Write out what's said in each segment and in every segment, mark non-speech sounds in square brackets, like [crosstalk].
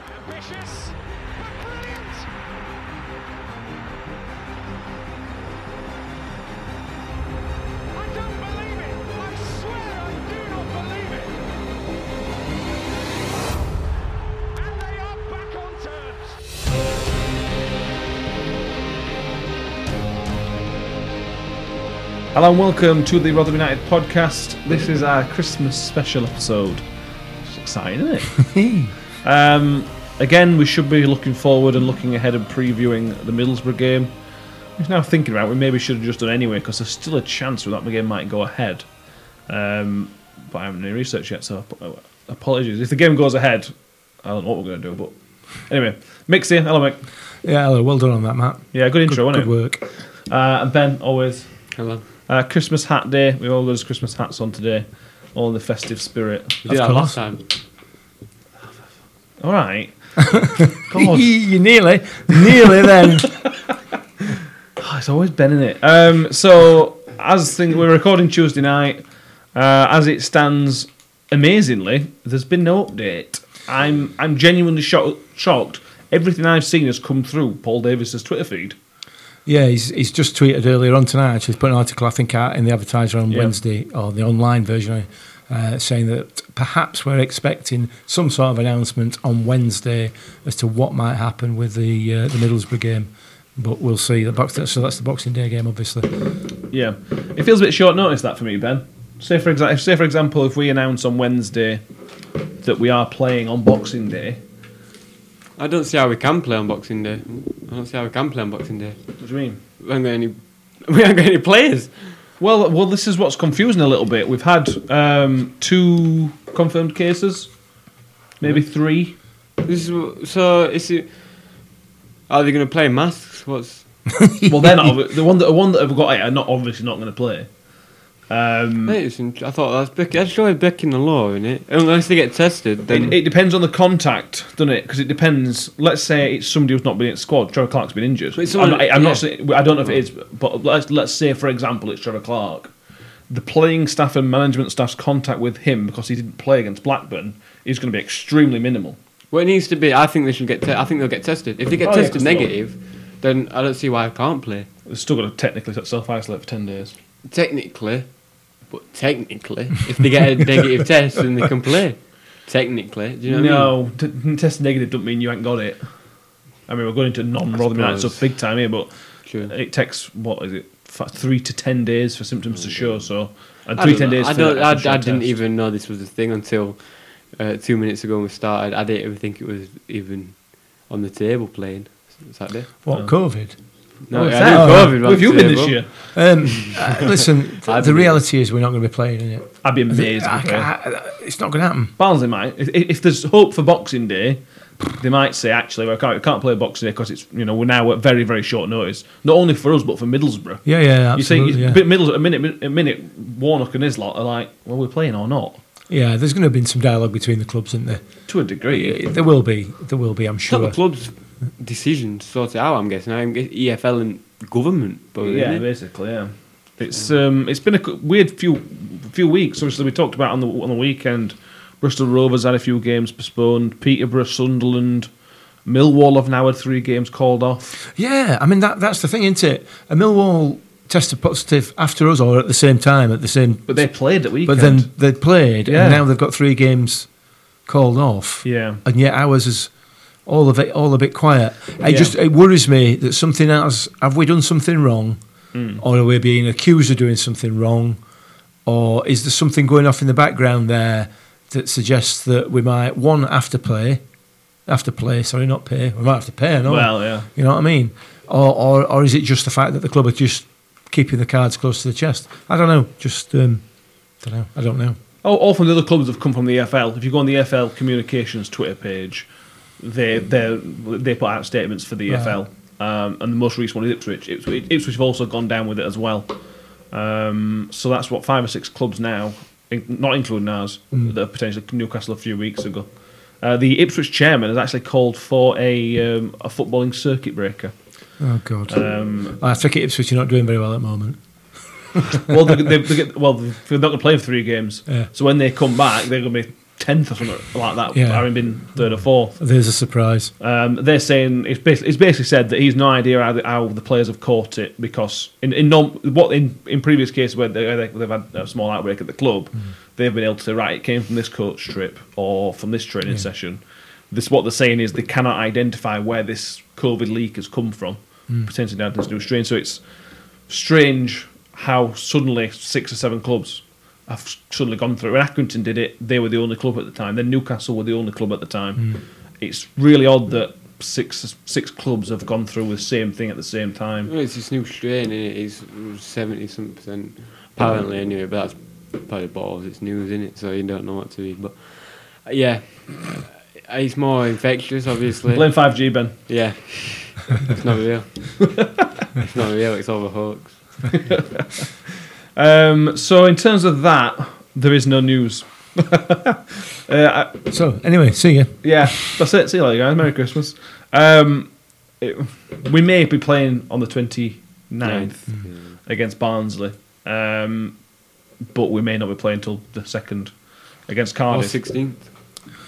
ambitious, but brilliant. I don't believe it. I swear I do not believe it. And they are back on terms. Hello and welcome to the Rotherham United podcast. This is our Christmas special episode. It's exciting, [laughs] isn't it? um, again, we should be looking forward and looking ahead and previewing the Middlesbrough game. We're now thinking about it, we maybe should have just done anyway because there's still a chance that that game might go ahead. Um, but I haven't done any research yet, so ap- apologies. If the game goes ahead, I don't know what we're going to do. But anyway, Mick's here. Hello, Mick. Yeah, hello. Well done on that, Matt. Yeah, good Good, intro, wasn't good work. it? Uh, and Ben, always. Hello. Uh, Christmas hat day. We've all got his Christmas hats on today. All in the festive spirit. We Of did that course. last time. All right. [laughs] God, you nearly, nearly then. [laughs] oh, it's always been in it. Um, so, as thing, we're recording Tuesday night. Uh, as it stands, amazingly, there's been no update. I'm I'm genuinely shocked. shocked. Everything I've seen has come through Paul Davis's Twitter feed. Yeah, he's, he's just tweeted earlier on tonight. Actually, he's put an article I think out in the Advertiser on Yeah. Wednesday or the online version, uh, saying that perhaps we're expecting some sort of announcement on Wednesday as to what might happen with the uh, the Middlesbrough game. But we'll see. The box, so that's the Boxing Day game, obviously. Yeah, it feels a bit short notice that for me, Ben. Say for example, say for example, if we announce on Wednesday that we are playing on Boxing Day, I don't see how we can play on Boxing Day. I don't see how we can play on Boxing Day. what do you mean? We haven't got any. [laughs] We haven't got any players. Well, well, this is what's confusing a little bit. We've had um, two confirmed cases, maybe three. This is, wh- so is it, Are they going to play in masks? What's Well, they're not the one that the one that have got it are not obviously not going to play. Um, Mate, it's in- I thought that's break, that's always breaking the law, isn't it? Unless they get tested, then it, it depends on the contact, doesn't it? Because it depends. Let's say it's somebody who's not been in the squad. Trevor Clark's been injured. But it's someone- I'm, I, am yeah. not. Saying, I don't know if it is, but let's let's say for example it's Trevor Clark. The playing staff and management staff's contact with him because he didn't play against Blackburn is going to be extremely minimal. what it needs to be. I think they should get. Te- I think they'll get tested. If they get Oh, yeah, 'cause tested they'll- negative, then I don't see why I can't play. They're still going to technically self isolate for ten days. Technically, but technically, if [laughs] they get a negative test, then they can play. Technically, do you know what I mean? no, t- n- test negative don't mean you ain't got it. I mean, we're going into non-Rotherham United suppose. stuff big time here, but True. it takes what is it, fa- three to ten days for symptoms to show. So, and Mm. I three don't ten know. days. I, for don't, an I, official I didn't test. even know this was a thing until uh, two minutes ago when we started. I didn't even think it was even on the table playing Saturday. What COVID? No, Oh, I it's didn't that. go over Where have you been this year? [laughs] Um, uh, listen, I the believe- reality is we're not going to be playing in it. [laughs] I'd be amazed. I- if they- I- it's not going to happen. Barnsley might. If, if there's hope for Boxing Day, they might say actually we can't, we can't play Boxing Day because it's you know we're now at very very short notice. Not only for us but for Middlesbrough. Yeah, yeah, You see, absolutely. yeah. it's- Middlesbrough a minute a minute Warnock and his lot are like, well we're playing or not Yeah, there's going to have been some dialogue between the clubs, isn't there? to a degree. There will be. There will be, I'm It's not sure. the club's decision to sort it out, I'm guessing. I'm guess- EFL and government, but yeah, basically, yeah. It's um, it's been a cu- weird few few weeks. Obviously, we talked about on the on the weekend. Bristol Rovers had a few games postponed. Peterborough, Sunderland, Millwall have now had three games called off. Yeah, I mean, that, that's the thing, isn't it? A Millwall tested positive after us or at the same time, at the same. But they played at weekend. but then they played, Yeah. and now they've got three games called off. yeah, and yet ours is all of it all a bit quiet. It Yeah. just it worries me that something else. Have we done something wrong, or are we being accused of doing something wrong, or is there something going off in the background there that suggests that we might one have to play, have to play. Sorry, not pay. We might have to pay. No, well, yeah. you know what I mean. Or, or or is it just the fact that the club are just keeping the cards close to the chest? I don't know. Just um, don't know. I don't know. Oh, all from the other clubs have come from the EFL. If you go on the EFL communications Twitter page, they they they put out statements for the Right. EFL, um, and the most recent one is Ipswich. Ipswich. Ipswich have also gone down with it as well. Um, so that's what five or six clubs now, in, not including ours, that are potentially Newcastle a few weeks ago. Uh, the Ipswich chairman has actually called for a um, a footballing circuit breaker. Oh God. Um, I take it Ipswich are not doing very well at the moment. well, they, they, they get, well, they're not going to play for three games. Yeah. So when they come back, they're going to be tenth or something like that, Yeah. having been third or fourth. There's a surprise. Um, they're saying it's basically, it's basically said that he's no idea how the, how the players have caught it because in in norm, what in, in previous cases where, they, where they've had a small outbreak at the club, they've been able to say right it came from this coach trip or from this training session. This what they're saying is they cannot identify where this COVID leak has come from, potentially down to this new strain. So it's strange how suddenly six or seven clubs have suddenly gone through. it. When Accrington did it, they were the only club at the time. Then Newcastle were the only club at the time. It's really odd that six six clubs have gone through the same thing at the same time. Well, it's this new strain, innit? It's seventy something percent apparently anyway, but that's by the balls. It's news, in it? So you don't know what to do. But uh, yeah, Uh, it's more infectious, obviously. Blame five G Ben. Yeah, it's not real. it's not real. It's all a hoax. Um, so in terms of that, there is no news. [laughs] uh, I, So anyway, see you. yeah, that's it. See you later, guys. Merry Christmas. Um, it, we may be playing on the 29th. ninth. against Barnsley, um, but we may not be playing till the second against Or Cardiff. sixteenth.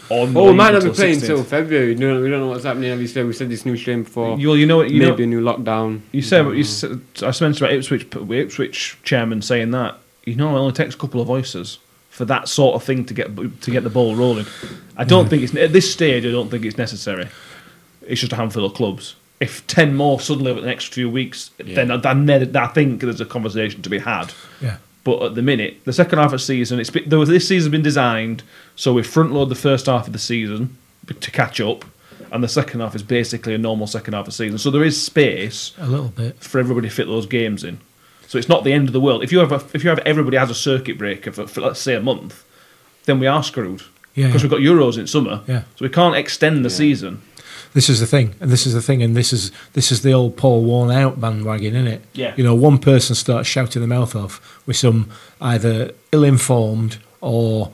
on the Oh, we league might not be until playing 16th. till February. No, we don't know what's happening. Obviously, we said this new strain before. You, you know what you maybe a know, new lockdown. you said what you said, I mentioned about Ipswich Ipswich chairman saying that you know it only takes a couple of voices for that sort of thing to get to get the ball rolling. I don't think it's at this stage. I don't think it's necessary. It's just a handful of clubs. If ten more suddenly over the next few weeks, then, then there- I think there's a conversation to be had. Yeah. But at the minute, the second half of the season, it's been, though this season's been designed so we front load the first half of the season to catch up, and the second half is basically a normal second half of the season. So there is space A little bit. for everybody to fit those games in. So it's not the end of the world. If you have a, if you have everybody has a circuit breaker for, for let's say a month, then we are screwed Yeah, because yeah. we've got Euros in summer, Yeah. so we can't extend the season. This is the thing, and this is the thing, and this is this is the old Paul worn out bandwagon, isn't it? Yeah. You know, one person starts shouting the mouth off with some either ill-informed or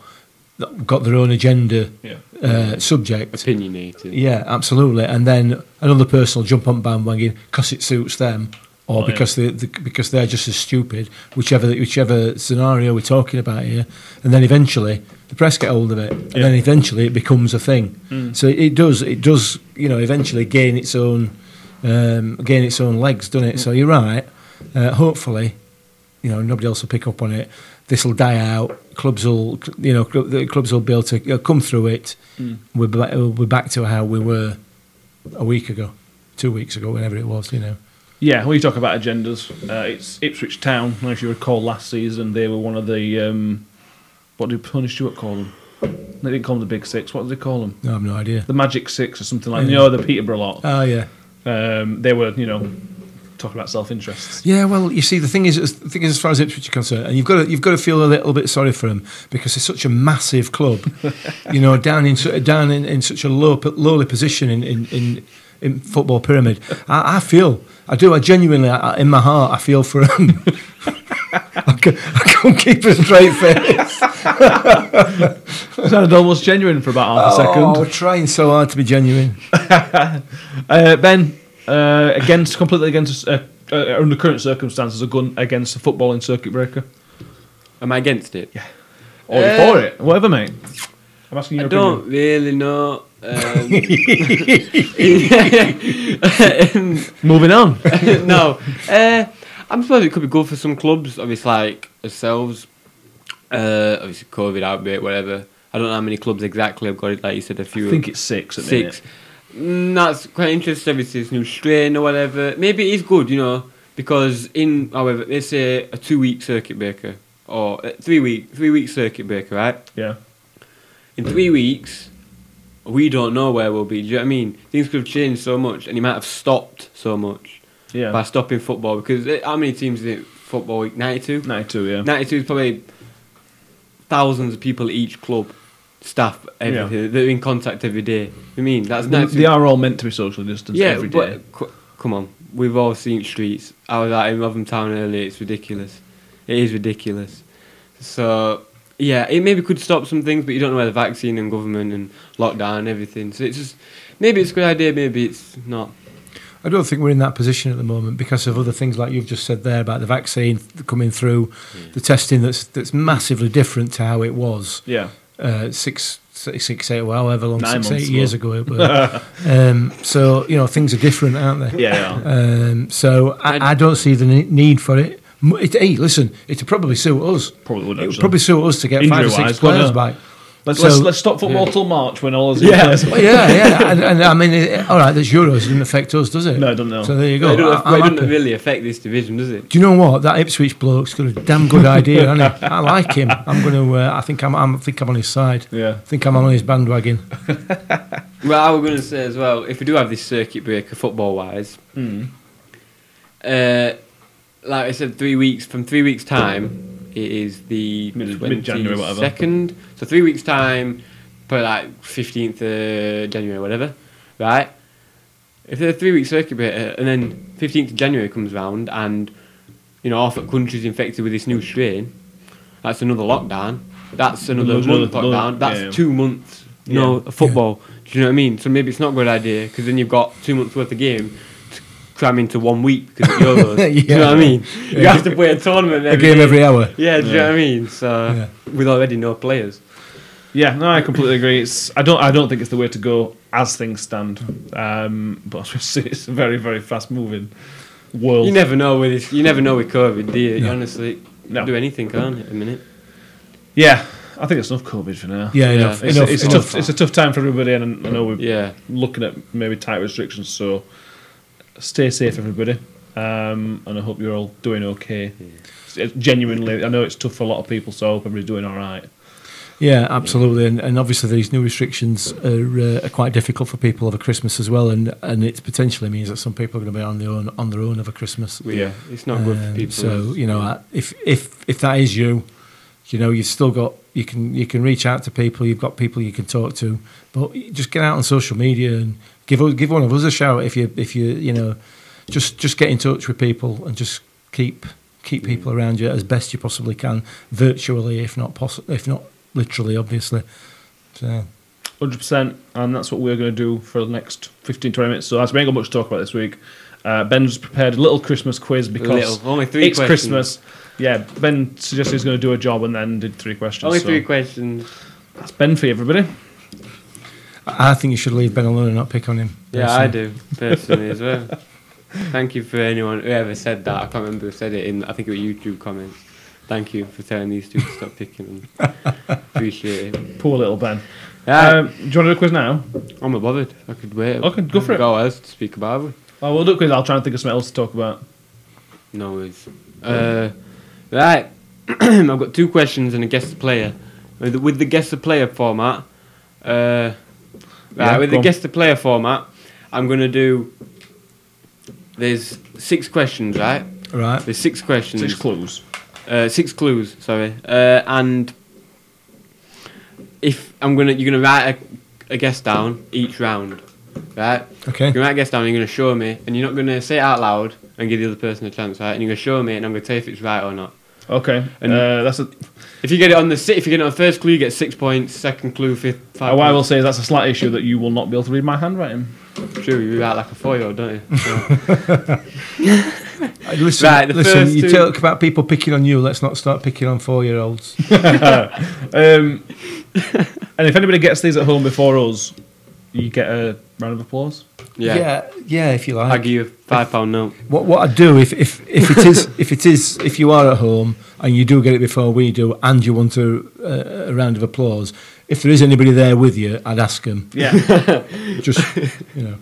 that got their own agenda Yeah. uh, subject. Opinionated. Yeah, absolutely. And then another person will jump on bandwagon because it suits them, or Oh, yeah. because they, they because they're just as stupid. Whichever whichever scenario we're talking about here, and then eventually the press get hold of it, and Yeah. then eventually it becomes a thing. So it does it does you know eventually gain its own um, gain its own legs, doesn't it? So you're right. Uh, hopefully, you know nobody else will pick up on it. This will die out. Clubs will, you know, cl- the clubs will be able to you know, come through it. We're back, we're back to how we were a week ago, two weeks ago, whenever it was. You know, Yeah, when you talk about agendas, uh, it's Ipswich Town. Now, if you recall last season, they were one of the um, what did Tony Stewart call them? They didn't call them the Big Six. What did they call them? no, I've no idea. The Magic Six or something like. Yeah. You know, the Peterborough lot. Oh yeah, Um, they were, you know, talking about self interests. yeah. Well, you see, the thing is, the thing is, as far as Ipswich are concerned, and you've got to, you've got to feel a little bit sorry for them because it's such a massive club. you know, down in su- down in, in such a low p- lowly position in in, in, in football pyramid. I, I feel, I do, I genuinely, I, I- in my heart, I feel for them. [laughs] I, can, I can't keep a straight face. It sounded almost genuine for about half a Oh, second. I'm trying so hard to be genuine. [laughs] Uh, ben, uh, against completely against uh, uh, under current circumstances, a gun against a footballing circuit breaker. Am I against it? Or you Uh, for it, whatever, mate. I'm asking you. I don't really know. Um, [laughs] Um, [laughs] Moving on. no, uh, I'm supposed it could be good for some clubs, obviously like ourselves. Uh, obviously, COVID outbreak, whatever. I don't know how many clubs exactly have got it. Like you said, a few. I think it's six. At the minute. six. Mm, that's quite interesting. Obviously, it's new strain or whatever. Maybe it is good, you know, because in however they say a two-week circuit breaker or uh, three-week three-week circuit breaker, right? Yeah. in three weeks, we don't know where we'll be. Do you know what I mean? Things could have changed so much, and he might have stopped so much Yeah. by stopping football. Because eh, how many teams is it? Football week ninety-two. 92, yeah. 92 is probably thousands of people at each club, staff, everything. They're in contact every day. I mean, that's They- 92. They are all meant to be social distanced yeah, every day. but c- come on, we've all seen streets. I was out in Rotherham Town earlier. It's ridiculous. It is ridiculous. So yeah, it maybe could stop some things, but you don't know where the vaccine and government and lockdown and everything. So it's just maybe it's a good idea, maybe it's not. I don't think we're in that position at the moment because of other things like you've just said there about the vaccine th- coming Mm. through, the testing that's that's massively different to how it was yeah. uh, six six, eight, well, however long, Nine six, months eight years ago. ago it were. [laughs] um, so, you know, things are different, aren't they? Yeah, [laughs] they Um, so I, I don't see the ne- need for it. M- it. Hey, listen, it'd probably suit us. Probably would, It would actually. probably suit us to get five or Injury-wise, six players but, uh, [laughs] back. Let's, So- let's let's stop football till March when all is Well, yeah, yeah, and, and I mean, it, all right, there's Euros. It doesn't affect us, does it? No, it doesn't, no. So there you go. It doesn't, I, I'm it doesn't happy. really affect this division, does it? Do you know what that Ipswich bloke's got a damn good idea, hasn't he? I like him. I'm going to. Uh, I think I'm, I'm. I think I'm on his side. [laughs] Yeah. I think I'm on his bandwagon. Well, I was going to say as well, if we do have this circuit breaker football wise, Hmm. uh, like I said, three weeks from three weeks time, it is the Mid- mid-January, whatever. second. So three weeks time, probably like fifteenth uh, January, whatever, right? If there's a three week circuit breaker, and then fifteenth January comes round, and you know half the country's infected with this new strain, that's another lockdown. That's another Another- month another- lockdown. That's yeah. two months. Yeah. No football. Do you know what I mean? So maybe it's not a good idea because then you've got two months worth of game to cram into one week because [laughs] of Euros. Do you Yeah. know what I mean? You have to play a tournament A every game day. every hour. Yeah, do you know what I mean? So with already no players. Yeah, no, I completely agree. It's I don't I don't think it's the way to go as things stand. Um, but [laughs] it's a very very fast moving world. You never know with this. You never know with COVID, do you? You honestly No. do anything, can't it? A minute. yeah, I think it's enough COVID for now. Yeah, Yeah. enough. it's, enough, it's enough. a tough. It's a tough time for everybody, and I know we're Yeah. looking at maybe tight restrictions. So stay safe, everybody, um, and I hope you're all doing okay. It's- it's genuinely, I know it's tough for a lot of people, so I hope everybody's doing all right. Yeah, absolutely, and, and obviously these new restrictions are, uh, are quite difficult for people over Christmas as well, and and it potentially means that some people are going to be on their own on their own over Christmas. We- It's not good for Um, people. So you know, I- if if if that is you, you know, you've still got you can you can reach out to people. You've got people you can talk to, but you just get out on social media and give us- give one of us a shout if you if you you know, just just get in touch with people and just keep keep people around you as best you possibly can, virtually if not possi if not literally, obviously. So. Hundred percent, and that's what we're going to do for the next 15, 20 minutes. So, as we ain't got much to talk about this week, uh, Ben's prepared a little Christmas quiz because Little. Only three it's questions. Christmas. Yeah, Ben suggested he's going to do a job and then did three questions. Only so three questions. That's Ben for you, everybody. I I think you should leave Ben alone and not pick on him. Yeah, I personally. do personally as well. Thank you for anyone who ever said that. I can't remember who said it in. I think it was YouTube comments. Thank you for telling these two to stop picking [laughs] them. Appreciate it. Poor little Ben. Yeah, Um, do you want to do a quiz now? I'm not bothered. I could wait. Okay, go for it. Go else to speak about. have Oh, we'll do a quiz. I'll try and think of something else to talk about. we? No worries. Uh, right. [clears throat] I've got two questions and a guess the player. With the, with the guess the player format. Uh, right, Yeah, with go the on. guess the player format, I'm gonna do. There's six questions, right? Right. There's six questions. Six clues. Uh, six clues, sorry. Uh, and if I'm gonna, you're gonna write a, a guess down each round, [laughs] right? Okay. You're gonna write a guess down. And you're gonna show me, and you're not gonna say it out loud and give the other person a chance, right? And you're gonna show me, and I'm gonna tell you if it's right or not. Okay, And- uh, that's a. If you get it on the si- if you get it on the first clue, you get six points. Second clue, fifth. Five What Oh, I will points. say is that's a slight issue that you will not be able to read my handwriting. True, you write like a four-year-old, don't [laughs] you? Uh, Listen, Right, the listen first you two- talk about people picking on you. Let's not start picking on four year olds. [laughs] Um, and if anybody gets these at home before us, you get a round of applause. yeah. yeah, yeah, if you I like. give you a five-pound note. What what I do if, if, if it [laughs] is if it is if you are at home and you do get it before we do and you want a, uh, a round of applause, if there is anybody there with you, I'd ask them. [laughs] Yeah. Just you know,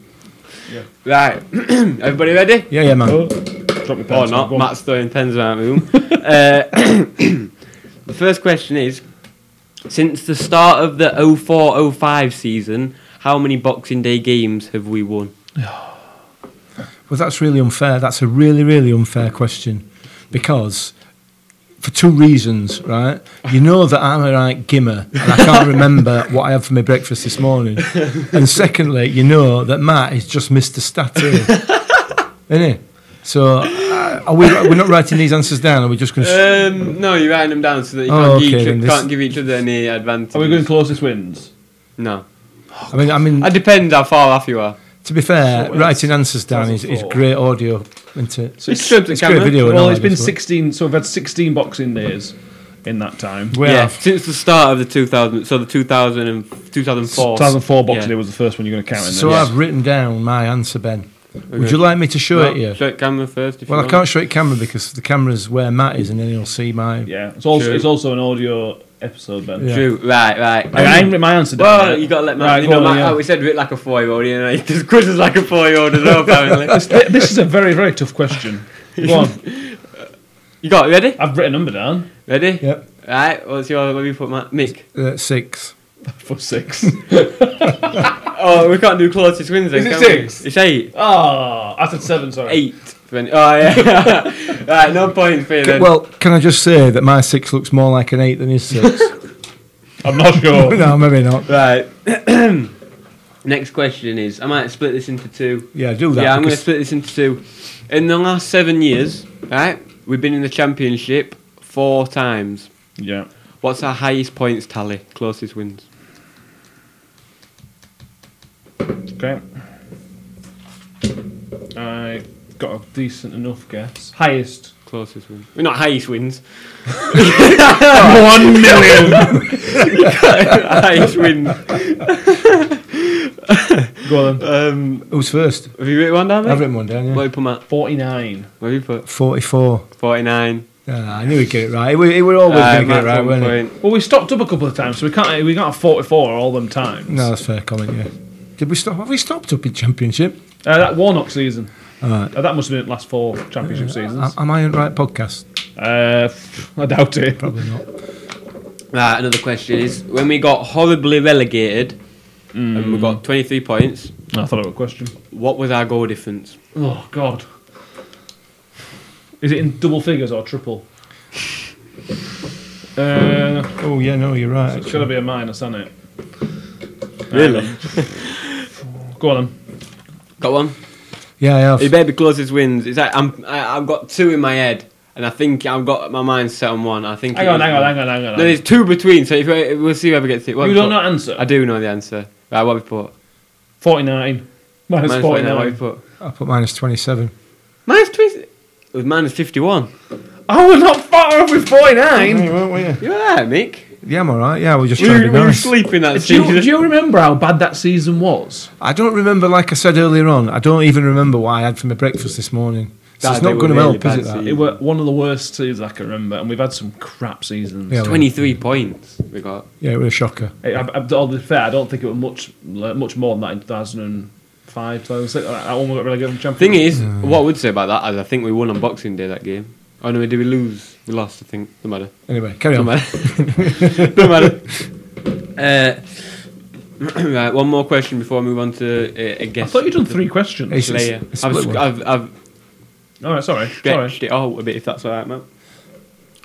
Right, [clears throat] everybody ready? yeah, yeah, man. oh, drop my Or pencil. not. Go on. Matt's throwing pens around the [laughs] room. uh, [coughs] the first question is Since the start of the 04 05 season, how many Boxing Day games have we won? Well, that's really unfair. That's a really really unfair question because for two reasons, right? You know that I'm a right gimmer and I can't remember what I had for my breakfast this morning. And secondly, you know that Matt is just Mr. Statty, isn't he? So uh, are we, we're not writing these answers down. Are we just going to... Um, no, you're writing them down so that you Oh, can't, okay, each, then this- can't give each other any advantage. Are we going closest wins? No. I mean, I mean, It depends how far off you are. to be fair, So it's writing answers down is, is 2004. great audio, isn't it? So It's stripped the It's great camera. video. and well, all it's that been as well. 16, so we've had 16 boxing days. in that time. We yeah, have. since the start of the 2000, so the 2000 and 2004. 2004 Boxing Yeah. Day was the first one you're going to count. in So there. I've written down my answer, Ben. Would Okay. you like me to show No, it you? Show it camera first. If Well, you I want. can't show it camera because the camera's where Matt is, and then he'll see my. yeah, it's also True. it's also an audio episode, Ben. Yeah. True. Right, right. I, I ain't written my answer down. well, yet. you gotta let Matt. Right, you go know, on, Matt, yeah. oh, we said we like a four-year-old, you know, [laughs] because Chris is like a four-year-old as well. [laughs] Apparently, Th- Uh, this is a very very tough question. Go on, you got it, ready? [laughs] I've written a number down Ready? Yep. Right. What's your? What have you put, [laughs] Matt? Mick. Uh, six. for six. Oh, we can't do closest wins. Is Then, it can we? six? It's eight. [laughs] Ah, I said seven. Sorry. Eight. for any- Oh yeah. [laughs] right. No point for you C- then. well, can I just say that my six looks more like an eight than his six? [laughs] I'm not sure. no, maybe not. right. [clears throat] Next question is: I might split this into two. Yeah, do that. Yeah, I'm going to because- split this into two. In the last seven years, right, we've been in the championship four times. yeah. What's our highest points tally? Closest wins. Okay. I got a decent enough guess. Highest. Closest wins. Well, not highest wins. One million. [laughs] highest wins. Go on. Then. Uh, Um, Who's first? have you written one down there? I've written one down. Yeah. What have you put, Matt? Forty-nine. What have you put? Forty-four. 49. Ah, I knew he'd get it right. He were, he were always Uh, going to get Matt's it right, one weren't he? point. Well, we stopped up a couple of times, so we can't. We got a forty-four all them times. No, that's a fair comment. Yeah. Did we stop? Have we stopped up in championship? Uh, that Warnock season. Alright. Uh, Uh, that must have been the last four championship Am seasons. am I on the right podcast? Uh, I doubt it. Probably not. Right, another question is when we got horribly relegated and we Mm. got 23 points, I thought of a question. what was our goal difference? Oh God. Is it in double figures or triple? Uh, Oh yeah, no, you're right. it's actually. got to be a minus, hasn't it? Really? Go on. Then. Um, Got one? Yeah, I have. It better be closest wins. It's like I'm, I, I've got two in my head, and I think I've got my mind set on one. I think. Hang it on, is hang on, one. hang on, hang on. No, there's two between, so if I, we'll see whoever gets it. What you we don't put? know answer. I do know the answer. Right, what we put? Forty-nine. Minus, Minus minus 49, forty-nine. what we put? I put minus twenty-seven. Minus 20. It was minus 51. Oh, we're not far off with forty-nine. [laughs] You're right, Mick. Yeah, I'm all right. Yeah, we're just We trying were, to we be were nice. sleeping that Do you, do season. you remember how bad that season was? I don't remember, like I said earlier on, I don't even remember what I had for my breakfast this morning. So That it's they not were going to really help, is bad it? That? season. It were one of the worst seasons I can remember, and we've had some crap seasons. Yeah, 23 points we got. Yeah, it was a shocker. I, I, I- to be fair, I don't think it was much le- much more than that in 2005, 2006. That that one we got really good from champion. Thing is, what I would say about that is I think we won on Boxing Day that game. Oh no, did we lose? We lost, I think. No matter. Anyway, carry Don't on. matter. Don't matter. [laughs] Uh, [clears throat] right, one more question before I move on to uh, a I guess. thought you'd done three questions. It's- Player. it's I've, split one. I've, I've All right, sorry, sorry. stretched it out a bit, if that's all right, Matt.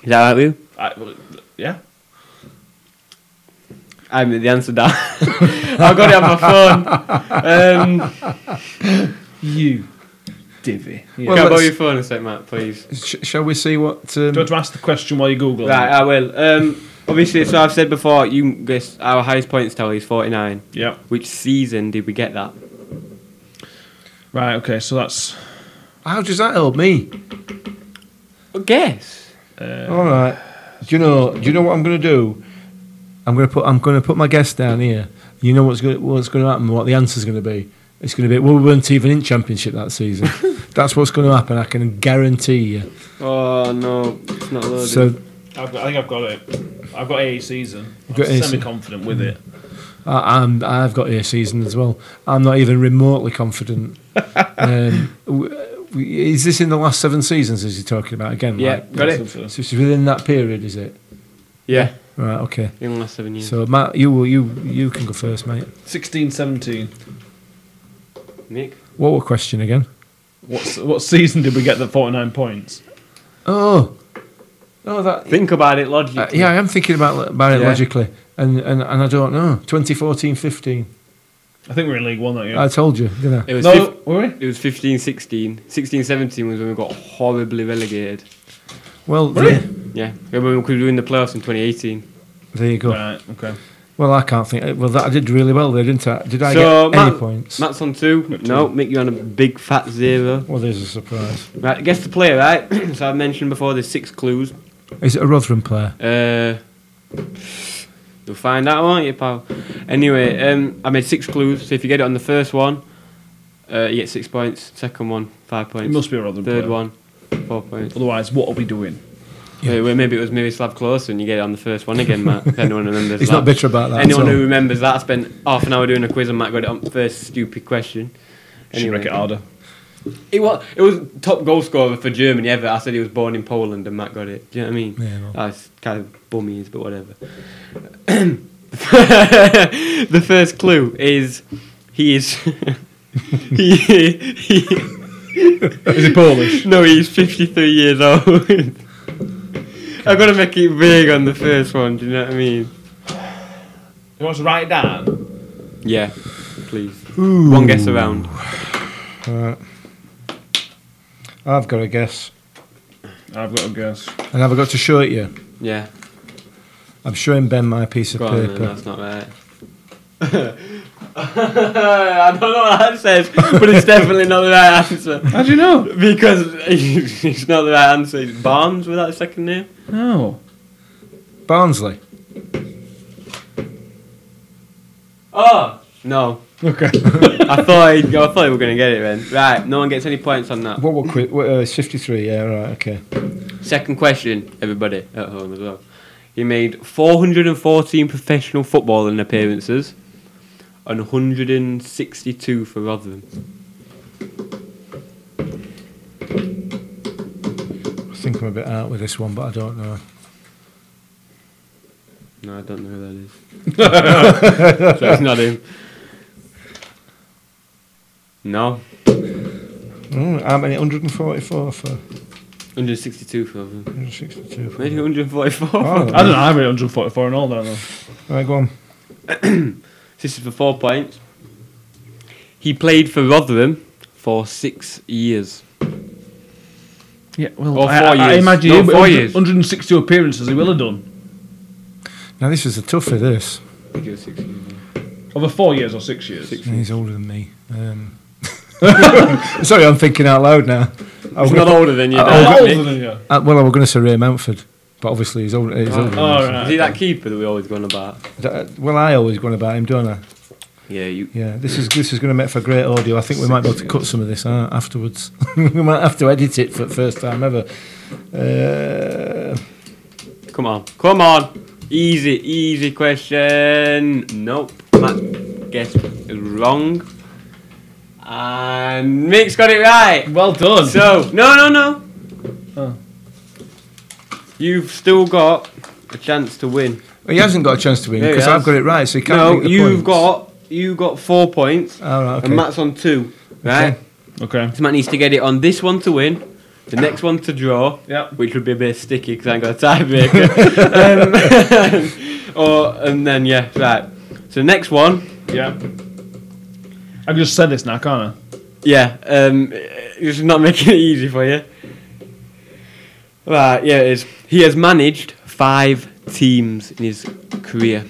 Is that all right with you? I, well, yeah, I mean, the answer down. [laughs] I've got it [laughs] on my phone. Um, you divvy. Yeah. Well, can I borrow let's- your phone a sec, Matt, please? Sh- shall we see what. Um, Do you want to ask the question while you Google? Right, I will. Um, obviously, so I've said before, you can guess our highest points tally is 49. Yeah. Which season did we get that? Right. Okay. So that's how does that help me? Guess. All right. Do you know? Do you know what I'm going to do? I'm going to put. I'm going to put my guess down here. You know what's going. What's going to happen? What the answer's going to be? It's going to be. Well, we weren't even in championship that [laughs] season. That's what's going to happen. I can guarantee you. Oh, no, it's not loaded. So I've got, I think I've got it. I've got AA season. I'm got AA season. semi-confident with it. I, I'm, I've got ear season as well. I'm not even remotely [laughs] confident. um, w- w- is this in the last seven seasons? Is he talking about again? Yeah, Like, got it. so it's within that period, is it? yeah, Right. Okay. in the last seven years. So Matt, you will- you you can go first, mate. 16, 17. Nick? What were question again? What's, what season did we get the 49 points? Oh, oh that. Think about it uh, logically. yeah, I am thinking about about it Yeah. logically, and, and and I don't know. 2014-15. I think we we're in League One that year. I told you, didn't I? It was, no, fif- were we? it was 15 16. 16 17 was when we got horribly relegated. Well, Really? there, Yeah. Remember when we were in the playoffs in 2018? there you go. Right, okay. Well, I can't think. Well, that, I did really well there, didn't I? Did I so, get any Matt, points? Matt's on two. No, Mick, you're on a big fat zero. Well, there's a surprise. [clears throat] Right, guess the player, right? so I've mentioned before there's six clues. Is it a Rotherham player? Uh, you'll find out, won't you, pal? Anyway, um, I made six clues. So if you get it on the first one, uh, you get six points. Second one, five points. It must be a Rotherham Third player. one, four points. Otherwise, what are we doing? Yeah. Wait, wait, maybe it was maybe Slav Close and you get it on the first one again, Matt. if anyone remembers He's that. not bitter about that. at anyone all. who remembers that, I spent half an hour doing a quiz and Matt got it on the first stupid question. Should make it harder. It was it was top goal scorer for Germany ever. I said he was born in Poland and Matt got it. Do you know what I mean? Yeah, well. That's kind of bummy is, but whatever. [coughs] the first clue is he is [laughs] he, he [laughs] Is it Polish? no he's fifty three years old. [laughs] I've got to make it vague on the first one. Do you know what I mean? You want to write it down? Yeah, please. One guess around. Right. I've got a guess, I've got a guess. and have I got to show it you? Yeah, I'm showing Ben my piece of go on. Then, paper. that's not right. [laughs] I don't know what that says, but it's definitely not the right answer. How do you know? Because [laughs] it's not the right answer. It's Barnes with that second name. No. Barnsley. Oh no! Okay. [laughs] I thought he'd go, I thought we were gonna get it then. Right, no one gets any points on that. What what? Quiz, what uh, it's 53. Yeah, right. Okay. Second question, everybody at home as well. He made 414 professional footballing appearances and 162 for Rotherham. I think I'm a bit out with this one, but I don't know. No, I don't know who that [laughs] is. so it's not him. No, Mm, how many? 144 for 162 for Rotherham. 162. For, Maybe 144. Oh, I don't know. I made 144 in all. Don't know. Right, go on. [laughs] This is for four points. He played for Rotherham for six years. Yeah. Well, Or I, four I, I years. imagine No, he- four years. 162 appearances he will have done Now this is a toughie. This. I think it was six years. over four years or six years. Six. He's older than me. [laughs] Um, [laughs] sorry, I'm thinking out loud now. I was He's not older than you. How though, old isn't than you? Uh, well, I was going to say Ray Mountford, but obviously he's older. He's Oh, older than all us. he? right. Is he that keeper that we always gone about? D- uh, Well, I always go on about him, don't I? Yeah, you. Yeah, this is this is going to make for great audio. I think we might be able to cut some of this out afterwards. [laughs] we might have to edit it for the first time ever. Uh, Come on, come on. Easy, easy question. Nope. Matt guess is wrong. And Mick's got it right. Well done. So no, no, no. Oh. You've still got a chance to win. he hasn't got a chance to win Yeah, he because I've has. got it right, so he can't. No, make the you've points. got you got four points, All right, okay. and Matt's on two. Right, Okay. okay. so Matt needs to get it on this one to win, the next one to draw, Yep. which would be a bit sticky because I ain't got a [laughs] [laughs] tiebreaker. um, or and then yeah, right. So next one, Yeah. I've just said this now, can't I? yeah, um, this is not making it easy for you. Right, yeah, it is. He has managed five teams in his career.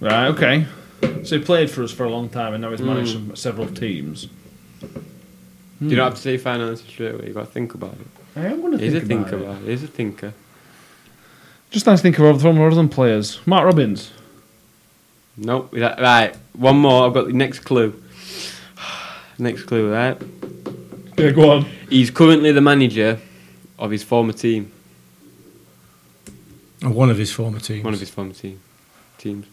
Right. Okay. So he played for us for a long time, and now he's managed Hmm. some, several teams. You don't have to say final answer straight away. You got to think about it. I am going to He's Hmm. think a about thinker. it. About it. He's a thinker. Just nice to think of from other players. Mark Robbins. Nope. we don't- Right. One more. I've got the next clue. [sighs] next clue, right? Yeah, go on. He's currently the manager of his former team. Or One of his former teams. One of his former team. Teams.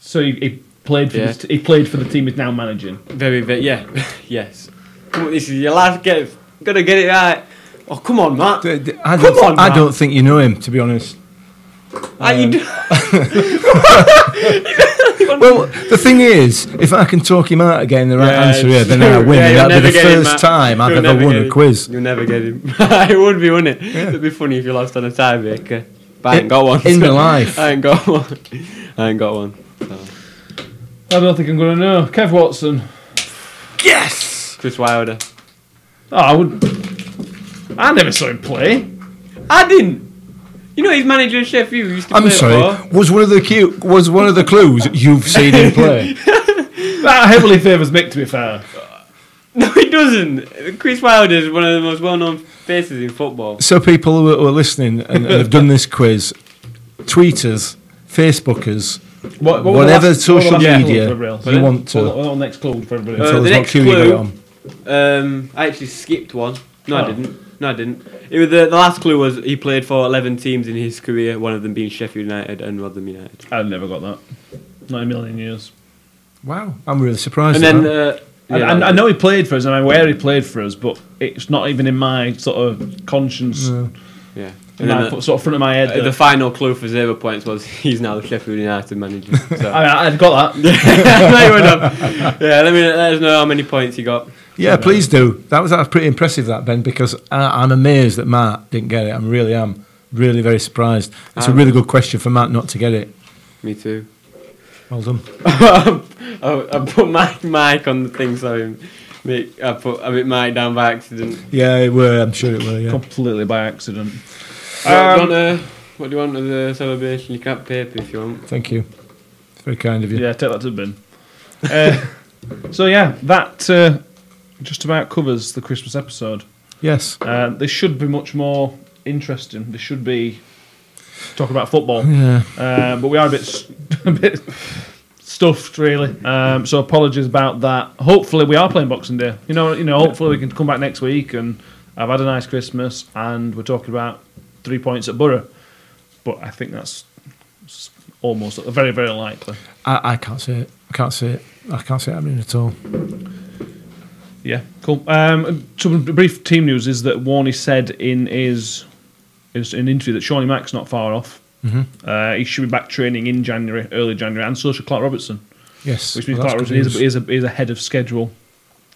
So he, he played for Yeah. this, he played for the team he's now managing. Very, very. Yeah. [laughs] yes. Come on, this is your last guess. Gotta get it right. Oh, come on, Matt. D- d- I Come don't, on, I Matt. don't think you know him, to be honest. Are Um, you do- Well, the thing is, if I can talk him out again, the right Yeah, answer here, it's then I true. win. Yeah, And you'll That'd be the never get him, first Matt. time I've You'll ever never won get a him. quiz. You'll never get him. [laughs] it would be, wouldn't it? It'd be funny if you lost on a tiebreaker. But I ain't got one. [laughs] in my life. I ain't got one. I ain't got one. So. I don't think I'm going to know. Kev Watson. Yes! Chris Wilder. Oh, I would. I never saw him play. I didn't. You know, his manager at Sheffield who used to I'm play sorry. At Was one of the cue, was one of the clues you've seen him play? Ah, That heavily favours Mick, to be fair. Hull. [laughs] No, it doesn't. Chris Wilder is one of the most well-known faces in football. So people who are, who are listening and, and have done this quiz, tweet us, Facebook us. What, Whatever social what were the last media clues for everybody you else? want to- What, what, what next clue for everybody? and else? Uh, tell us the what next queue you clue- got on. Um, I actually skipped one. No, Oh. I didn't. No, I didn't. It was the, the last clue was he played for 11 teams in his career, one of them being Sheffield United and Rotherham United. Uh, I've never got that. Not in a million years. Wow, I'm really surprised. And at then, that. uh, And yeah, and I, that was know he played for us, and I'm aware he played for us, but it's not even in my sort of conscience, No. it. yeah. in And my then fo- the, sort of front of my head. uh, that- the final clue for zero points was [laughs] he's now the Sheffield United manager. [laughs] So. [laughs] I mean, I- I'd got that. No, you wouldn't have. Yeah, let me let us know how many points you got. yeah, please do. That was, that was pretty impressive, that Ben, because I, I'm amazed that Matt didn't get it. I am really am. Really, very surprised. It's a Um, really good question for Matt not to get it. Me too. [laughs] Well done. I, I put my mic on the thing, so Mick, I put I put Mike down by accident. Yeah, it were. I'm sure it were. Yeah. Completely by accident. What do Um, you want, uh, what do you want as a celebration? You can't paper if you want. Thank you. It's very kind of you. Yeah, take that to the bin. Uh, [laughs] so yeah, that uh, just about covers the Christmas episode. Yes. Uh, this should be much more interesting. This should be talking about football, Yeah. uh, but we are a bit, s- [laughs] a bit stuffed, really. Um, so apologies about that. Hopefully, we are playing Boxing Day. You know, you know. Hopefully, we can come back next week and I've had a nice Christmas, and we're talking about three points at Borough. But I think that's s- almost very, very likely. I, I can't see it. I can't see it. I can't see it happening at all. Yeah, cool. Um, some brief team news is that Warney said in his, his an interview that Shawnee Mack's not far off. Mm-hmm. Uh, he should be back training in January, early January, and so should Clark Robertson, Yes. which means well, that's Clark good Robertson is, news. is, a, is ahead of schedule,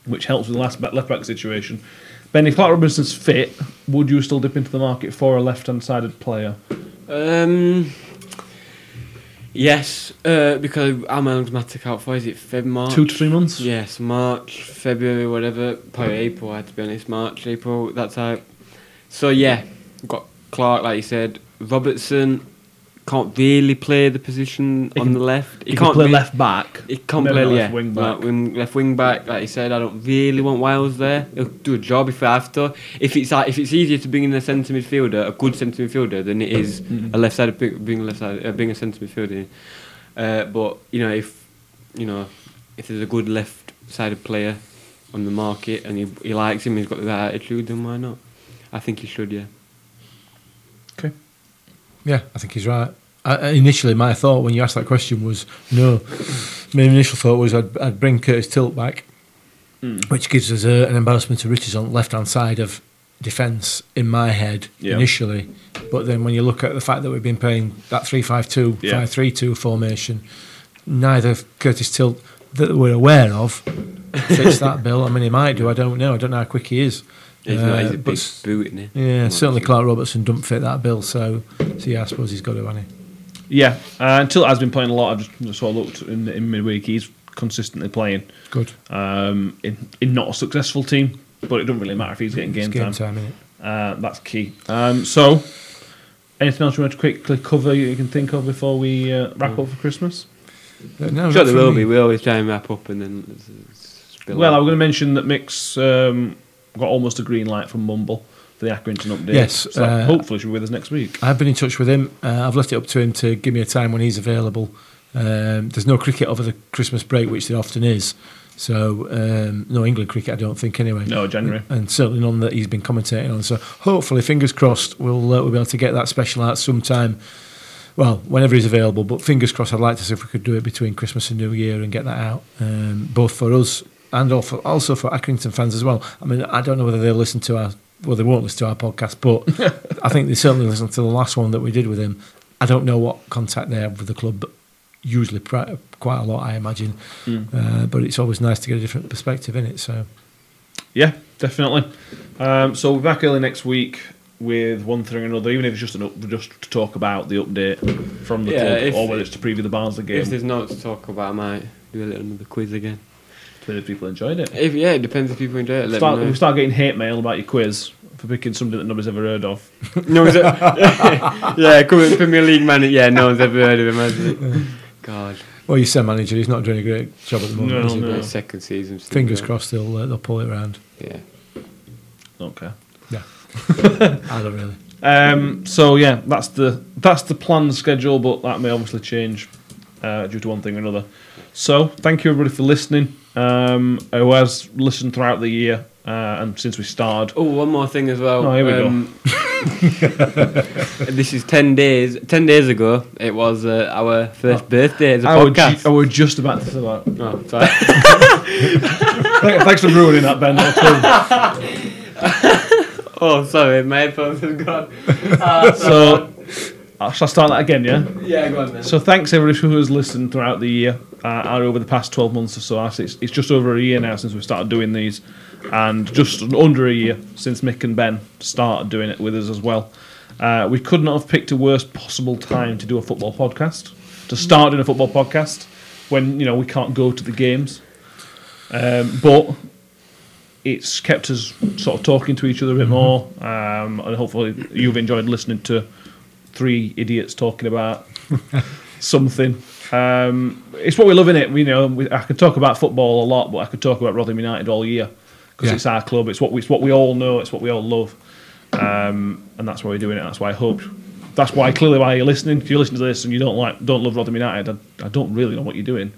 which helps with the last back, left back situation. Ben, if Clark Robertson's fit, would you still dip into the market for a left hand sided player? Um, yes, uh, because how long's Matic out for? Is it Feb March? Two to three months? Yes, March, February, whatever. Probably April. I had to be honest. March, April, that type. So yeah, got Clark, like you said. Robertson can't really play the position He on can- the left. He, can play re- left back. He can't Maybe play not yeah, left wing back. Like, wing, left wing back, like you said, I don't really want Wales there. He'll do a job if I have to. If it's like, if it's easier to bring in a centre midfielder, a good centre midfielder, than it is Mm-hmm. a left side bring a left side uh, bring a centre midfielder. In. Uh, but you know if you know if there's a good left sided player on the market and he, he likes him, he's got the right attitude, then why not? I think he should, yeah. Okay. Yeah, I think he's right. I, I- initially, my thought when you asked that question was no. My initial thought was I'd, I'd bring Curtis Tilt back, Hmm. which gives us a, an embarrassment to riches on the left hand side of defence in my head Yeah. initially. But then when you look at the fact that we've been playing that 3 5 2, Yeah. 5 3 2 formation, neither Curtis Tilt that we're aware of [laughs] fits that bill. I mean, he might do, I don't know. I don't know how quick he is. He's, not, he's Uh, a but big s- boot, isn't he? yeah, Come on, certainly so- Clark Robertson don't fit that bill, so, so yeah, I suppose he's got to, hasn't he? Yeah, uh, until has been playing a lot. I've just, just sort of looked in, in midweek. He's consistently playing. Good. um, in, in not a successful team, but it doesn't really matter if he's getting game, It's game time. time, innit? Uh, that's key. Um, so, anything else you want to quickly cover you can think of before we uh, wrap up for Christmas? Uh, No, Sure, not there for will me. be. We always try and wrap up and then. s- s- spill Well, I out. was going to mention that Mick's um, got almost a green light from Mumble for the Accrington update. Yes, so that uh, hopefully she'll be with us next week. I've been in touch with him. Uh, I've left it up to him to give me a time when he's available. Um, there's no cricket over the Christmas break, which there often is. So, um, no England cricket, I don't think, anyway. No, January. And certainly none that he's been commentating on. So, hopefully, fingers crossed, we'll, uh, we'll be able to get that special out sometime. Well, whenever he's available, but fingers crossed, I'd like to see if we could do it between Christmas and New Year and get that out, um, both for us and al- for- also for Accrington fans as well. I mean, I don't know whether they'll listen to our, well, they won't listen to our podcast, but I think they certainly listened to the last one that we did with him. I don't know what contact they have with the club, but usually pri- quite a lot, I imagine. Uh, but it's always nice to get a different perspective in it. So, Yeah, definitely. Um, so we'll be back early next week with one thing or another, even if it's just an up, just to talk about the update from the Yeah, club, if- or whether it's to preview the Barnsley If game. there's not to talk about, I might do a little another quiz again. Clearly, people enjoyed it. If yeah, it depends if people enjoy it. Let start, me know. we start getting hate mail about your quiz for picking something that nobody's ever heard of. [laughs] no, is it, yeah, come in, Premier League man. Yeah, no one's ever heard of him. Has it? God, Well, you said manager, he's not doing a great job at the moment. No, is he? It's no. my second season. so- Fingers crossed they'll uh, they'll pull it around. Yeah. Don't care. Yeah, [laughs] I don't really. Um, so yeah, that's the that's the planned schedule, but that may obviously change uh, due to one thing or another. So thank you everybody for listening. Um, who has listened throughout the year uh, and since we started? Oh, one more thing as well. Um, Oh, here we go. this is ten days. Ten days ago, it was uh, our Oh. first birthday as a I were, ju- podcast. I were just about to say that. oh, sorry. [laughs] Thank- Thanks for ruining that, Ben. [laughs] That's cool. oh, sorry, my headphones have gone. So uh, shall I start that again? Yeah. Yeah, go on then. So thanks everybody who has listened throughout the year uh, and over the past 12 months or so. Actually, It's, it's just over a year now since we started doing these and just under a year since Mick and Ben started doing it with us as well. Uh, we could not have picked a worse possible time to do a football podcast, to start in a football podcast when, you know, we can't go to the games. Um, but it's kept us sort of talking to each other a bit more um, and hopefully you've enjoyed listening to three idiots talking about something. Um, it's what we love in it. You know, we, I could talk about football a lot, but I could talk about Rotherham United all year because Yeah. it's our club. It's what we, it's what we all know. It's what we all love, um, and that's why we're doing it. That's why I hope. That's why clearly why you're listening. If you listen to this and you don't like, don't love Rotherham United, I, I don't really know what you're doing.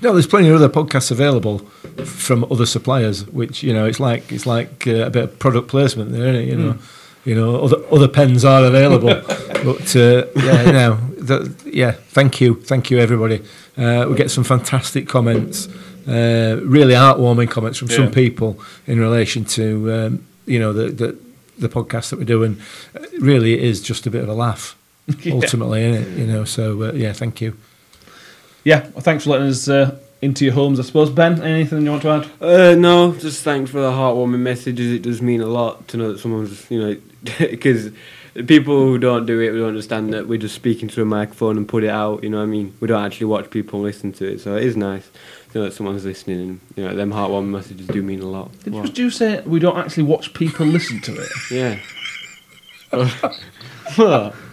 No, there's plenty of other podcasts available from other suppliers, which you know it's like it's like uh, a bit of product placement there, isn't it? You know, Hmm. you know other other pens [laughs] are available, but uh, yeah, no, that, yeah. Thank you, thank you everybody. Uh, we get some fantastic comments, uh, really heartwarming comments from Yeah. some people in relation to um, you know the, the the podcast that we're doing. Uh, Really, it is just a bit of a laugh. [laughs] Yeah. Ultimately, is it? You know, so uh, yeah, thank you. Yeah, well, thanks for letting us uh, into your homes. I suppose Ben, anything you want to add? Uh, no, just thanks for the heartwarming messages. It does mean a lot to know that someone's, you know, [laughs] because people who don't do it, we don't understand that we're just speaking to a microphone and put it out. You know what I mean? We don't actually watch people listen to it, so it is nice to know that someone's listening. And you know, them heartwarming messages do mean a lot. Did you What? just do say we don't actually watch people listen to it? Yeah. What? [laughs]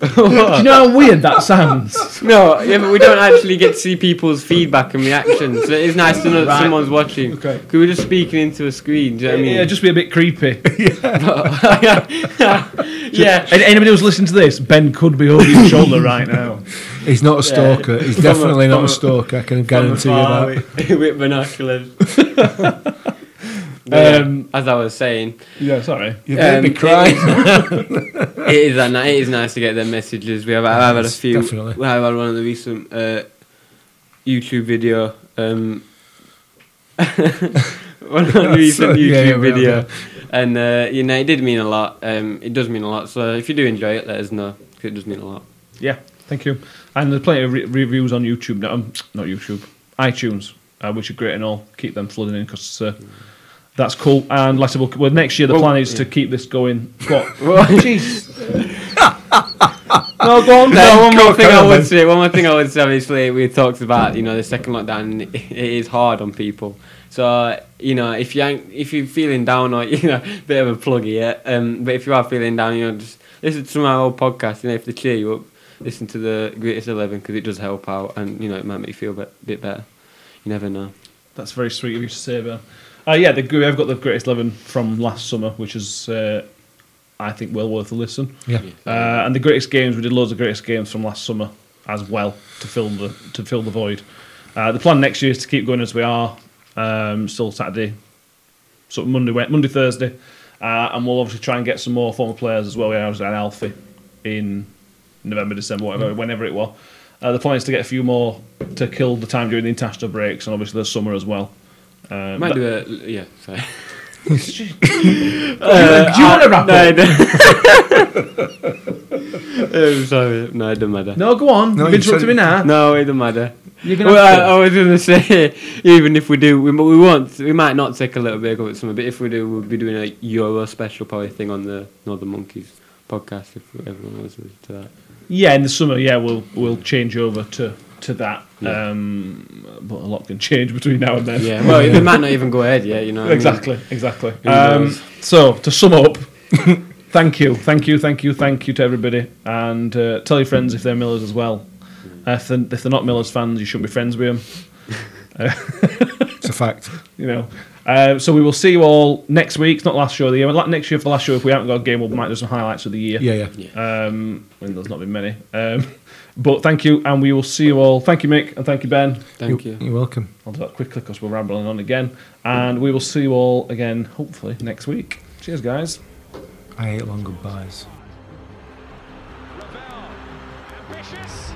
Do you know how weird that sounds? no, yeah, but we don't actually get to see people's feedback and reactions, so it is nice to know that Right. someone's watching. Okay. 'Cause we're just speaking into a screen. Do you know what I mean? Yeah, just be a bit creepy. yeah. And anybody who's listening to this, Ben could be over your [laughs] shoulder right now. He's not a stalker. He's [laughs] From a- definitely not from a a- stalker. I can From guarantee you afar that. With, [laughs] with binoculars. [laughs] Yeah, Um, as I was saying, Yeah, sorry. You're Um, me cry. [laughs] it is a, ni- it is nice to get their messages. We have I've had a Yes, few. definitely. I've had one of the recent uh, YouTube video. Um, [laughs] one of the [laughs] recent Sorry, yeah, YouTube yeah, we have, video, yeah. and uh, you know it did mean a lot. Um, it does mean a lot. So if you do enjoy it, let us know. 'cause It does mean a lot. Yeah, thank you. And there's plenty of re- reviews on YouTube now. Um, not YouTube, iTunes, uh, which are great and all. Keep them flooding in because uh, that's cool. And like I said, we'll, well, next year the Well, plan is to keep this going. What? [laughs] Jeez. no, go on. No, Ben. one more thing I on, would say. One more thing I would say. Obviously, we talked about you know the second lockdown. [laughs] and It is hard on people. So uh, you know if you ain't- if you're feeling down or [laughs] you know bit of a plug here, um, but if you are feeling down, you know just listen to my old podcast. You know if they cheer you up, listen to the Greatest Eleven because it does help out and you know it might make you feel a bit, bit better. You never know. That's very sweet of you to say, Ben. Uh, yeah, the, I've got the greatest eleven from last summer, which is, uh, I think, well worth a listen. Yeah. Uh, and the greatest games, we did loads of greatest games from last summer as well to fill the to fill the void. Uh, the plan next year is to keep going as we are, um, still Saturday, sort of Monday, Wed- Monday, Thursday, uh, and we'll obviously try and get some more former players as well. We had an Alfie in November, December, whatever, Mm. whenever it was. Uh, the plan is to get a few more to kill the time during the international breaks and obviously the summer as well. Um, Might but- do a yeah. Sorry. Uh, do you want to wrap [laughs] no, up? I don't- [laughs] Um, sorry, no, it doesn't matter. No, go on. No, You've you interrupted said- me now. No, it doesn't matter. You're gonna have to. Well, I, I was going to say, [laughs] even if we do, we, mo- we won't. We might not take a little bit of it summer, but if we do, we'll be doing a Euro special probably thing on the Northern Monkeys podcast. If everyone uh, wants to listen to that, Yeah, in the summer, yeah, we'll we'll change over to to that. Yeah. Um, but a lot can change between now and then. yeah. Well, they might not even go ahead. Yeah, you know. what I [laughs] mean? exactly, exactly. Who Um, knows? so to sum up, [laughs] thank you, thank you, thank you, thank you to everybody, and uh, tell your friends if they're Millers as well. Uh, if, they're, if they're not Millers fans, you shouldn't be friends with them. It's a fact. you know. Uh, so we will see you all next week. It's not last show of the year. La- Next year for the last show, if we haven't got a game, we might do some highlights of the year. Yeah, yeah. Um, and there's not been many. Um, [laughs] but thank you, and we will see you all. Thank you, Mick, and thank you, Ben. Thank You're- you. You're welcome. I'll do that quickly because we're rambling on again. And we will see you all again, hopefully, next week. Cheers, guys. I hate long goodbyes. Ravel, ambitious,